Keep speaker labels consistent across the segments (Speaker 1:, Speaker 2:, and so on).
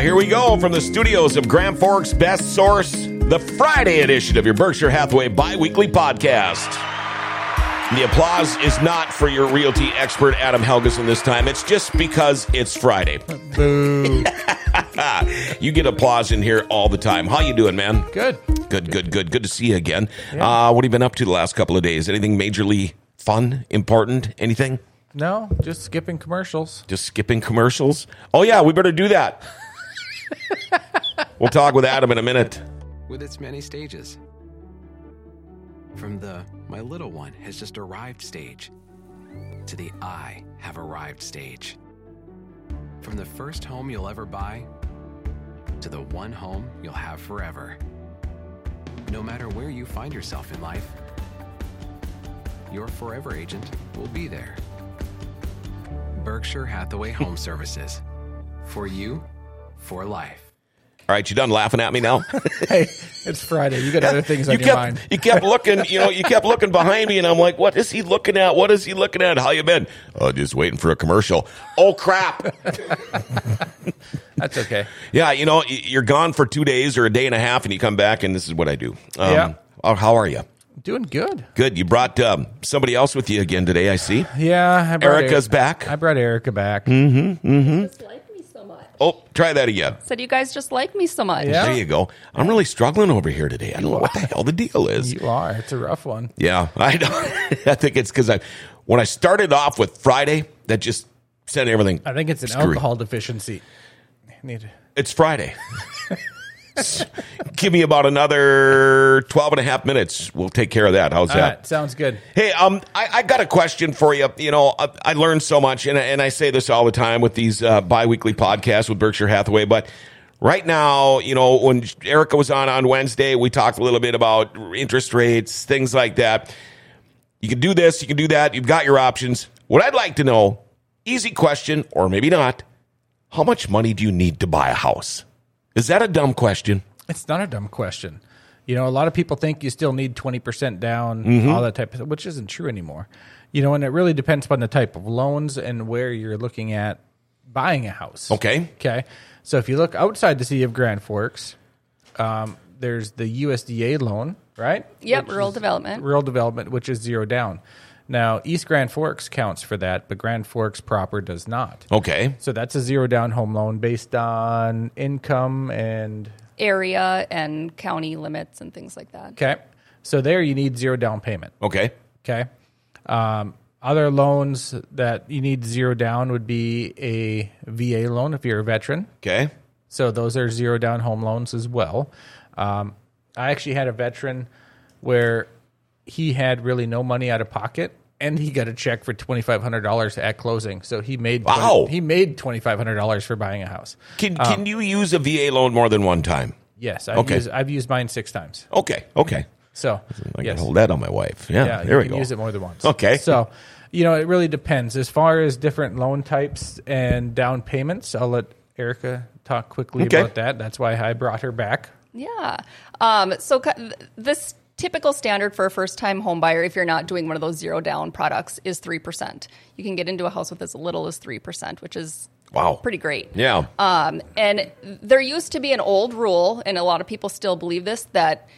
Speaker 1: here we go from the studios of Grand Forks Best Source, the Friday edition of your Berkshire Hathaway biweekly podcast. The applause is not for your realty expert, Adam Helgeson, this time. It's just because it's Friday.
Speaker 2: Boo.
Speaker 1: You get applause in here all the time. How you doing, man?
Speaker 2: Good.
Speaker 1: Good, good, good. Good to see you again. Uh, what have you been up to the last couple of days? Anything majorly fun, important, anything?
Speaker 2: No, just skipping commercials.
Speaker 1: Just skipping commercials? Oh, yeah, we better do that. we'll talk with Adam in a minute.
Speaker 3: with its many stages. From the my little one has just arrived stage to the I have arrived stage. From the first home you'll ever buy to the one home you'll have forever. No matter where you find yourself in life, your forever agent will be there. Berkshire Hathaway Home Services. For you, for life.
Speaker 1: All right, you done laughing at me now?
Speaker 2: Hey, it's Friday. You got other things on
Speaker 1: you
Speaker 2: your
Speaker 1: kept
Speaker 2: mind.
Speaker 1: you kept looking, you know, you kept looking behind me, and I'm like, what is he looking at? What is he looking at? How you been? Oh, just waiting for a commercial. Oh crap!
Speaker 2: That's okay.
Speaker 1: yeah, you know, y- you're gone for two days or a day and a half, and you come back, and this is what I do. Um,
Speaker 2: Yeah.
Speaker 1: oh, How are you?
Speaker 2: Doing good.
Speaker 1: Good. You brought um, somebody else with you again today. I see.
Speaker 2: Yeah. I brought
Speaker 1: Erica's
Speaker 2: Eric-
Speaker 1: back. Hmm?
Speaker 2: I brought Erica back.
Speaker 4: just like me so much.
Speaker 1: Oh, try that again.
Speaker 4: Hmm? Said you guys just like me so much.
Speaker 2: Yeah.
Speaker 1: There you go. I'm really struggling over here today. I don't know what the hell the deal is.
Speaker 2: You are. It's a rough one.
Speaker 1: Yeah, I know. I think it's because I when I started off with Friday, that just sent everything.
Speaker 2: I think it's an
Speaker 1: Screwy.
Speaker 2: alcohol deficiency. I need
Speaker 1: It's Friday. Give me about another 12 and a half minutes. We'll take care of that. How's
Speaker 2: All
Speaker 1: that?
Speaker 2: right. Sounds good.
Speaker 1: Hey, um, I, I got a question for you. You know, I, I learned so much, and, I- and I say this all the time with these uh, biweekly podcasts with Berkshire Hathaway. But right now, you know, when Erica was on on Wednesday, we talked a little bit about interest rates, things like that. You can do this, you can do that. You've got your options. What I'd like to know, easy question, or maybe not, how much money do you need to buy a house? Is that a dumb question?
Speaker 2: It's not a dumb question. You know, a lot of people think you still need 20% down, all that type of which isn't true anymore. You know, and it really depends upon the type of loans and where you're looking at buying a house.
Speaker 1: Okay.
Speaker 2: Okay. So if you look outside the city of Grand Forks, um, there's the USDA loan, right?
Speaker 4: Yep, rural development.
Speaker 2: Rural development, which is zero down. Now, East Grand Forks counts for that, but Grand Forks proper does not.
Speaker 1: Okay.
Speaker 2: So that's a zero down home loan based on income and
Speaker 4: Area and county limits and things like that.
Speaker 2: Okay. So there you need zero down payment.
Speaker 1: Okay.
Speaker 2: Okay. Um, other loans that you need zero down would be a VA loan if you're a veteran.
Speaker 1: Okay.
Speaker 2: So those are zero down home loans as well. Um, I actually had a veteran where he had really no money out of pocket. And he got a check for twenty five hundred dollars at closing, so he made
Speaker 1: Wow.
Speaker 2: he made twenty five hundred dollars for buying a house.
Speaker 1: Can, can you use a VA loan more than one time?
Speaker 2: Yes, I've
Speaker 1: Okay.
Speaker 2: used I've used mine six times.
Speaker 1: Okay. Okay.
Speaker 2: So
Speaker 1: I
Speaker 2: yes.
Speaker 1: can hold that on my wife. Yeah.
Speaker 2: Yeah,
Speaker 1: there
Speaker 2: you
Speaker 1: we
Speaker 2: can
Speaker 1: go.
Speaker 2: Use it more than once.
Speaker 1: Okay.
Speaker 2: So, you know, it really depends as far as different loan types and down payments. I'll let Erica talk quickly
Speaker 1: Okay.
Speaker 2: about that. That's why I brought her back.
Speaker 4: Yeah. Um, so cu- th- this typical standard for a first-time home buyer, if you're not doing one of those zero down products, is three percent. You can get into a house with as little as three percent, which is
Speaker 1: Wow.
Speaker 4: pretty great.
Speaker 1: Yeah.
Speaker 4: Um, and there used to be an old rule, and a lot of people still believe this that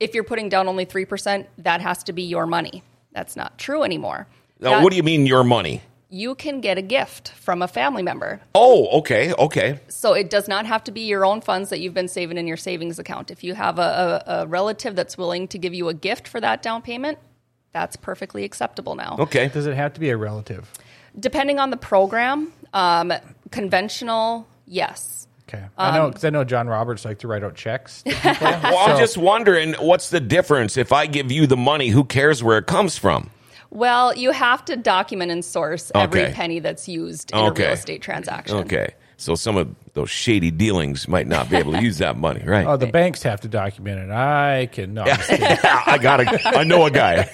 Speaker 4: if you're putting down only three percent, that has to be your money. That's not true anymore.
Speaker 1: now,
Speaker 4: That-
Speaker 1: what do you mean your money?
Speaker 4: you can get a gift from a family member.
Speaker 1: Oh, okay. Okay.
Speaker 4: So it does not have to be your own funds that you've been saving in your savings account. If you have a, a, a relative that's willing to give you a gift for that down payment, that's perfectly acceptable now.
Speaker 1: Okay.
Speaker 2: Does it have to be a relative?
Speaker 4: Depending on the program, um, conventional, yes.
Speaker 2: Okay. I know because I know John Roberts like to write out checks. to people.
Speaker 1: Well, I'm
Speaker 2: So-
Speaker 1: just wondering what's the difference if I give you the money, who cares where it comes from?
Speaker 4: Well, you have to document and source
Speaker 1: Okay.
Speaker 4: every penny that's used in
Speaker 1: Okay.
Speaker 4: a real estate transaction.
Speaker 1: Okay. So some of those shady dealings might not be able to use that money, right?
Speaker 2: oh, the banks have to document it. I can. No, I'm just kidding.
Speaker 1: I got a I know a guy.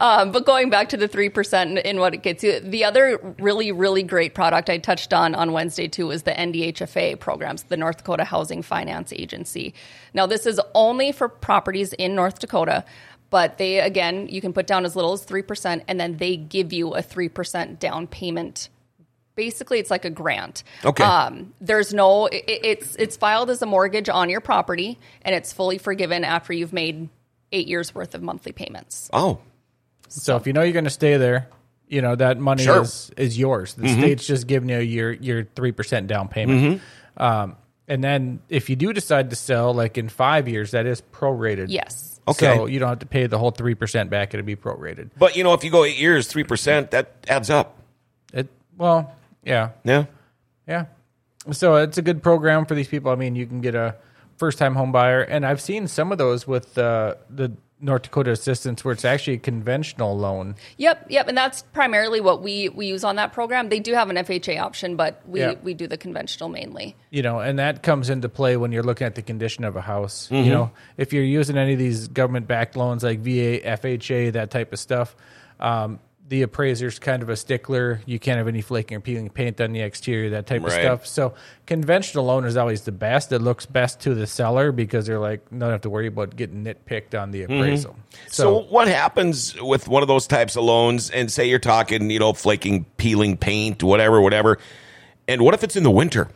Speaker 4: Um, But going back to the 3% and- and what it gets you, the other really, really great product I touched on on Wednesday too was the NDHFA programs, the North Dakota Housing Finance Agency. Now, this is only for properties in North Dakota, but they, again, you can put down as little as 3%, and then they give you a 3% down payment basically it's like a grant.
Speaker 1: Okay.
Speaker 4: Um, there's no i i- it's it's filed as a mortgage on your property and it's fully forgiven after you've made 8 years worth of monthly payments.
Speaker 1: Oh,
Speaker 2: So if you know you're going to stay there, you know that money
Speaker 1: Sure. Mm-hmm.
Speaker 2: is is yours. The state's just giving you your your three percent down payment.
Speaker 1: Mm-hmm.
Speaker 2: Um, and then if you do decide to sell, like in five years, that is prorated.
Speaker 4: Yes.
Speaker 1: Okay.
Speaker 2: So you don't have to pay the whole three percent back. It'll be prorated.
Speaker 1: but you know, if you go eight years, three percent, that adds up.
Speaker 2: It well, yeah,
Speaker 1: Yeah.
Speaker 2: yeah. So it's a good program for these people. I mean, you can get a first time home buyer, and I've seen some of those with uh, the North Dakota assistance where it's actually a conventional loan.
Speaker 4: Yep, yep, and that's primarily what we we use on that program. They do have an FHA option, but we
Speaker 2: Yeah.
Speaker 4: we do the conventional mainly.
Speaker 2: you know, and that comes into play when you're looking at the condition of a house.
Speaker 1: Mm-hmm.
Speaker 2: You know, if you're using any of these government backed loans like VA, FHA, that type of stuff, um, the appraiser's kind of a stickler. You can't have any flaking or peeling paint on the exterior, that type
Speaker 1: Right.
Speaker 2: of stuff. So conventional loan is always the best. It looks best to the seller because they're like, don't have to worry about getting nitpicked on the appraisal.
Speaker 1: Mm-hmm. So, what happens with one of those types of loans? And say you're talking, you know, flaking, peeling paint, whatever, whatever. And what if it's in the winter?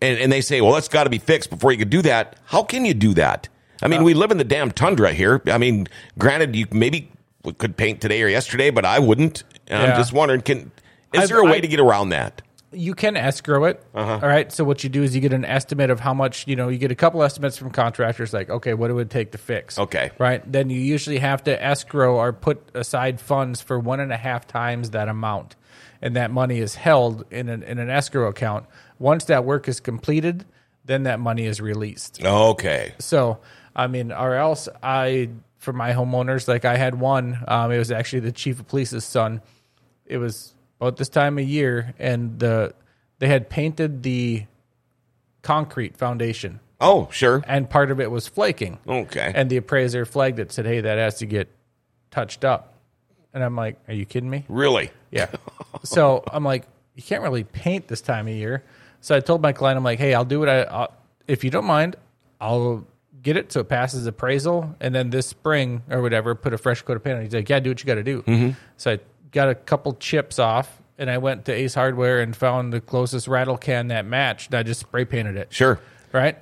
Speaker 1: And, and they say, well, that's got to be fixed before you can do that. How can you do that? I
Speaker 2: Uh,
Speaker 1: mean, we live in the damn tundra here. I mean, granted, you maybe could paint today or yesterday, but I wouldn't. And I'm
Speaker 2: Yeah.
Speaker 1: just wondering, can is
Speaker 2: I've-
Speaker 1: there a way
Speaker 2: I-
Speaker 1: to get around that?
Speaker 2: you can escrow it. All right. So what you do is you get an estimate of how much, you know, you get a couple estimates from contractors like, okay, what it would take to fix.
Speaker 1: Okay.
Speaker 2: Right. Then you usually have to escrow or put aside funds for one and a half times that amount. And that money is held in an, in an escrow account. Once that work is completed, then that money is released.
Speaker 1: Okay.
Speaker 2: So, I mean, or else I, for my homeowners, like I had one, um, it was actually the chief of police's son. It was about this time of year, and the they had painted the concrete foundation,
Speaker 1: Oh, sure.
Speaker 2: and part of it was flaking.
Speaker 1: Okay.
Speaker 2: And the appraiser flagged it, said, "Hey, that has to get touched up." And I'm like, "Are you kidding me?"
Speaker 1: Really?
Speaker 2: Yeah. so I'm like, you can't really paint this time of year. So I told my client, I'm like, hey, I'll do what I, I'll, if you don't mind, I'll get it so it passes appraisal, and then this spring or whatever, put a fresh coat of paint on. it." He's like, yeah, do what you got to do. So I got a couple chips off, and I went to Ace Hardware and found the closest rattle can that matched. and I just spray painted it.
Speaker 1: Sure.
Speaker 2: Right.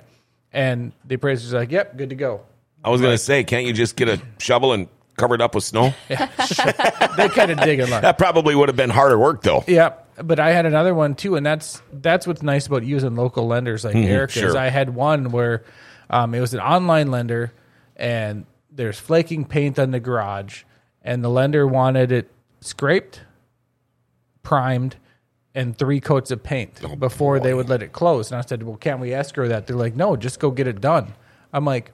Speaker 2: And the appraiser's like, yep, good to go.
Speaker 1: I was going to say, can't you just get a shovel and cover it up with snow?
Speaker 2: They kind of dig in line.
Speaker 1: That probably would have been harder work, though.
Speaker 2: Yeah, but I had another one too, and that's that's what's nice about using local lenders like Eric is.
Speaker 1: Mm-hmm, sure.
Speaker 2: I had one where um, it was an online lender, and there's flaking paint on the garage, and the lender wanted it scraped, primed, and three coats of paint
Speaker 1: Oh,
Speaker 2: before they would let it close. And I said, "Well, can't we escrow that?" They're like, "No, just go get it done." I'm like.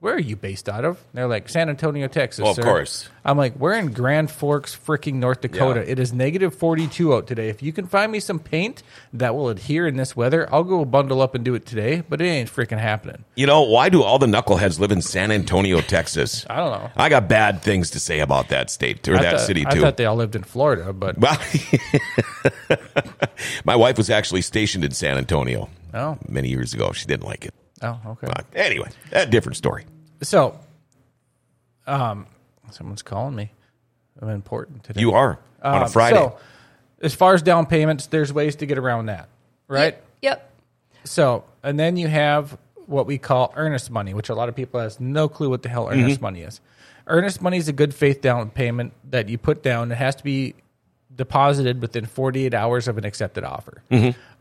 Speaker 2: Where are you based out of? They're like San Antonio, Texas.
Speaker 1: Well, of
Speaker 2: sir."
Speaker 1: course.
Speaker 2: I'm like, we're in Grand Forks, freaking North Dakota.
Speaker 1: Yeah.
Speaker 2: It is negative 42 out today. If you can find me some paint that will adhere in this weather, I'll go bundle up and do it today, but it ain't freaking happening.
Speaker 1: You know, why do all the knuckleheads live in San Antonio, Texas?
Speaker 2: I don't know.
Speaker 1: I got bad things to say about that state or
Speaker 2: I
Speaker 1: that
Speaker 2: thought-
Speaker 1: city,
Speaker 2: I
Speaker 1: too.
Speaker 2: thought they all lived in Florida, but
Speaker 1: well, my wife was actually stationed in San Antonio
Speaker 2: Oh.
Speaker 1: many years ago. She didn't like it.
Speaker 2: oh, okay.
Speaker 1: But anyway, a different story.
Speaker 2: So, um, someone's calling me. I'm important today.
Speaker 1: You are on a
Speaker 2: Um,
Speaker 1: Friday.
Speaker 2: So, as far as down payments, there's ways to get around that, right?
Speaker 4: Yep. yep.
Speaker 2: So, and then you have what we call earnest money, which a lot of people has no clue what the hell earnest money is. Earnest money is a good faith down payment that you put down. It has to be deposited within 48 hours of an accepted offer.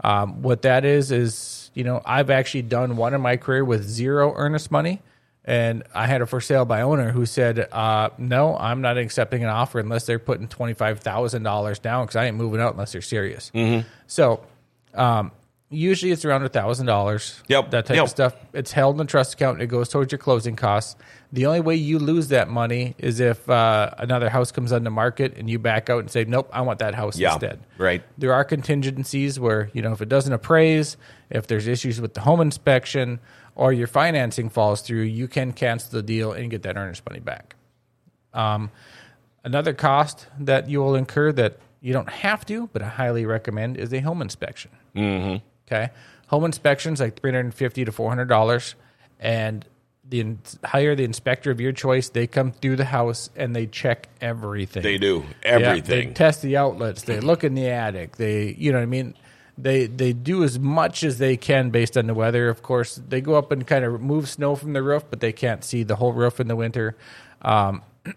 Speaker 2: Um, what that is is, you know, I've actually done one in my career with zero earnest money. And I had a for sale by owner who said, uh, "No, I'm not accepting an offer unless they're putting twenty five thousand dollars down because I ain't moving out unless they're serious." So Um, usually it's around a thousand dollars.
Speaker 1: Yep,
Speaker 2: That type
Speaker 1: yep.
Speaker 2: of stuff. It's held in a trust account. It goes towards your closing costs. The only way you lose that money is if uh, another house comes on the market and you back out and say, "Nope, I want that house
Speaker 1: Yeah,
Speaker 2: instead."
Speaker 1: right.
Speaker 2: There are contingencies where you know if it doesn't appraise, if there's issues with the home inspection, or your financing falls through, you can cancel the deal and get that earnest money back. Another cost that you will incur that you don't have to, but I highly recommend, is a home inspection. Mm-hmm. Okay, home inspections like three hundred and fifty to four hundred dollars, and the in- hire the inspector of your choice. They come through the house and they check everything.
Speaker 1: They do
Speaker 2: Yeah,
Speaker 1: everything.
Speaker 2: they test the outlets. They look in the attic. They, you know what I mean. They they do as much as they can based on the weather. Of course, they go up and kind of remove snow from the roof, but they can't see the whole roof in the winter. Um,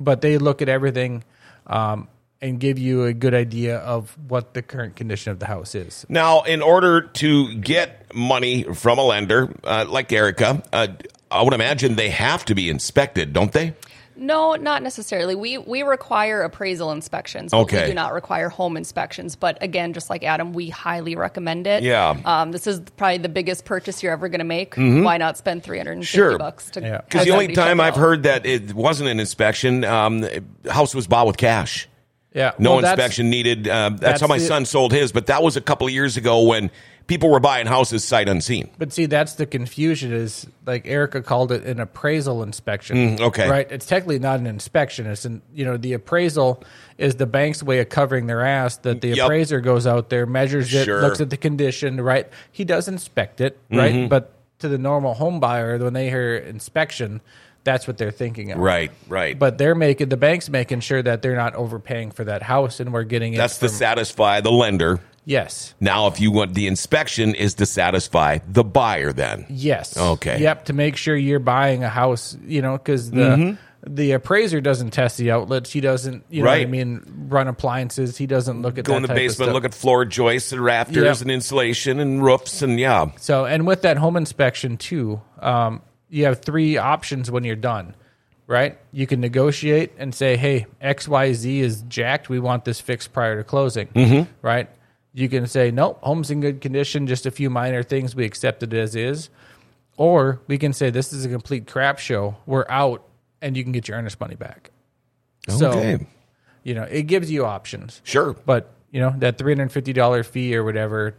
Speaker 2: but they look at everything um, and give you a good idea of what the current condition of the house is.
Speaker 1: Now, in order to get money from a lender uh, like Erica, uh, I would imagine they have to be inspected, don't they?
Speaker 4: No, not necessarily. We we require appraisal inspections. but
Speaker 1: Okay.
Speaker 4: We do not require home inspections, but again, just like Adam, we highly recommend it.
Speaker 1: Yeah. Mm-hmm.
Speaker 4: Um, this is probably the biggest purchase you're ever going to make. Why not spend 350
Speaker 1: Sure.
Speaker 4: bucks to
Speaker 2: Yeah.
Speaker 4: have
Speaker 1: Because the only
Speaker 4: somebody check
Speaker 1: time
Speaker 4: it
Speaker 1: I've
Speaker 4: out?
Speaker 1: heard that it wasn't an inspection, um, the house was bought with cash.
Speaker 2: Yeah,
Speaker 1: No
Speaker 2: well, that's-
Speaker 1: inspection needed. Uh, that's,
Speaker 2: that's
Speaker 1: how my
Speaker 2: the-
Speaker 1: son sold his, but that was a couple of years ago when people were buying houses sight unseen.
Speaker 2: But see, that's the confusion. Is like Erica called it an appraisal inspection.
Speaker 1: Mm, okay.
Speaker 2: right? It's technically not an inspection. It's an you know the appraisal is the bank's way of covering their ass. That the
Speaker 1: Yep.
Speaker 2: appraiser goes out there, measures it,
Speaker 1: Sure.
Speaker 2: looks at the condition. Right? He does inspect it. Right?
Speaker 1: Mm-hmm.
Speaker 2: But to the normal home buyer, when they hear inspection, that's what they're thinking of.
Speaker 1: Right, right.
Speaker 2: But they're making the bank's making sure that they're not overpaying for that house, and we're getting it.
Speaker 1: that's to
Speaker 2: from-
Speaker 1: satisfy the lender.
Speaker 2: yes.
Speaker 1: Now, if you want the inspection, is to satisfy the buyer. Then
Speaker 2: Yes.
Speaker 1: Okay.
Speaker 2: Yep. To make sure you're buying a house, you know, because the the appraiser doesn't test the outlets. He doesn't, you know, what
Speaker 1: Mm-hmm. Right.
Speaker 2: I mean, run appliances. He doesn't look at
Speaker 1: go
Speaker 2: that
Speaker 1: in the
Speaker 2: type of
Speaker 1: basement,
Speaker 2: stuff.
Speaker 1: look at floor joists and rafters
Speaker 2: Yep.
Speaker 1: and insulation and roofs and yeah.
Speaker 2: So, and with that home inspection too, um, you have three options when you're done, right? You can negotiate and say, "Hey, X, Y, Z is jacked. We want this fixed prior to closing," right? You can say, "Nope, home's in good condition. Just a few minor things. We accept it as is," or we can say, "This is a complete crap show. We're out, and you can get your earnest money back." So,
Speaker 1: Okay.
Speaker 2: you know, it gives you options.
Speaker 1: Sure.
Speaker 2: But you know that three hundred fifty dollar fee or whatever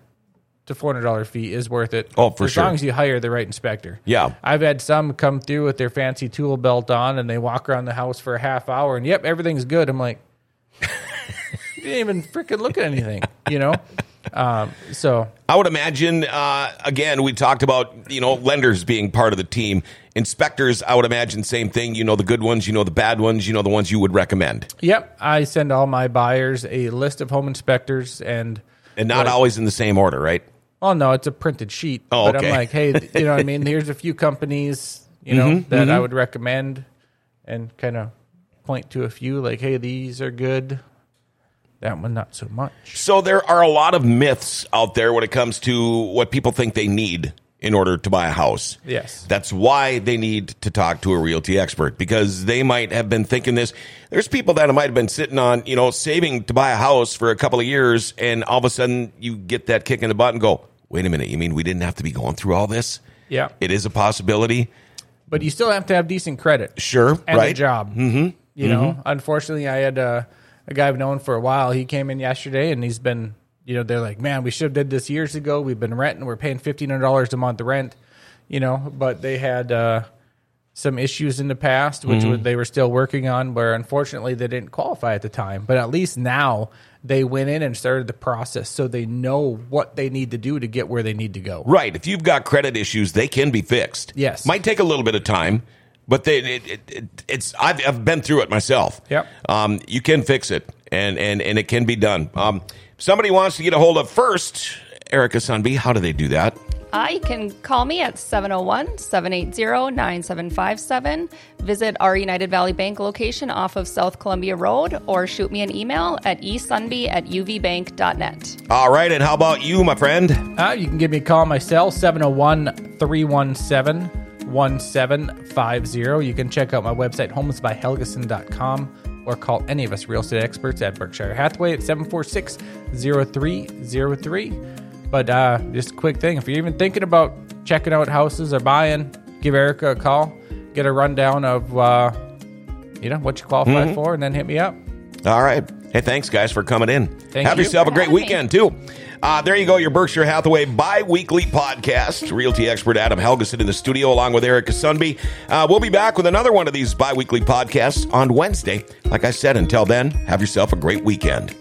Speaker 2: to four hundred dollar fee is worth it.
Speaker 1: Oh, for
Speaker 2: as
Speaker 1: sure.
Speaker 2: long as you hire the right inspector.
Speaker 1: Yeah.
Speaker 2: I've had some come through with their fancy tool belt on and they walk around the house for a half hour and yep, everything's good. I'm like, you didn't even freaking look at anything, you know. Um, so
Speaker 1: I would imagine. Uh, again, we talked about you know lenders being part of the team. Inspectors, I would imagine same thing. You know the good ones, you know the bad ones, you know the ones you would recommend,
Speaker 2: yep, I send all my buyers a list of home inspectors and.
Speaker 1: and not always in the same order, right?
Speaker 2: Oh no, it's a printed sheet.
Speaker 1: Oh,
Speaker 2: but
Speaker 1: okay.
Speaker 2: I'm like, hey, you know what I mean? Here's a few companies, you know,
Speaker 1: Mm-hmm,
Speaker 2: that I would recommend and kind of point to a few like, hey, these are good. That one not so much.
Speaker 1: So there are a lot of myths out there when it comes to what people think they need in order to buy a house.
Speaker 2: Yes.
Speaker 1: That's why they need to talk to a realty expert because they might have been thinking this. There's people that might have been sitting on, you know, saving to buy a house for a couple of years and all of a sudden you get that kick in the butt and go, "Wait a minute, you mean we didn't have to be going through all this?"
Speaker 2: Yeah.
Speaker 1: It is a possibility.
Speaker 2: But you still have to have decent credit.
Speaker 1: Sure,
Speaker 2: and
Speaker 1: right?
Speaker 2: a job. Mm-hmm. You know, unfortunately, I had uh, a guy I've known for a while. He came in yesterday, and he's been, you know, they're like, man, we should have did this years ago. We've been renting. We're paying fifteen hundred dollars a month rent. You know, but they had uh, some issues in the past, which were- they were still working on. Where unfortunately, they didn't qualify at the time. But at least now they went in and started the process, so they know what they need to do to get where they need to go.
Speaker 1: Right. If you've got credit issues, they can be fixed.
Speaker 2: Yes.
Speaker 1: Might take a little bit of time, but they, it, it, it, it's I've, I've been through it myself.
Speaker 2: Yep.
Speaker 1: Um, you can fix it, and and and it can be done. Um, somebody wants to get a hold of first. Erica Sunby, how do they do that?
Speaker 4: I can call me at 701 780 9757. Visit our United Valley Bank location off of South Columbia Road or shoot me an email at esunby at uvbank.net.
Speaker 1: All right, and how about you, my friend?
Speaker 2: Uh, you can give me a call on my cell, 701 317 1750. oh. You can check out my website, homesbyhelgeson.com, or call any of us real estate experts at Berkshire Hathaway at 746 0303. But uh, just a quick thing if you're even thinking about checking out houses or buying, give Erica a call, get a rundown of uh, you know what you qualify for, and then hit me up.
Speaker 1: All right. Hey, thanks, guys, for coming in.
Speaker 2: Thank
Speaker 1: Have
Speaker 2: you
Speaker 1: yourself a
Speaker 4: for
Speaker 1: great
Speaker 4: having me.
Speaker 1: weekend, too. Uh, there you go, your Berkshire Hathaway bi weekly podcast. Realty expert Adam Helgeson in the studio, along with Erica Sunby. Uh, we'll be back with another one of these bi weekly podcasts on Wednesday. Like I said, until then, have yourself a great weekend.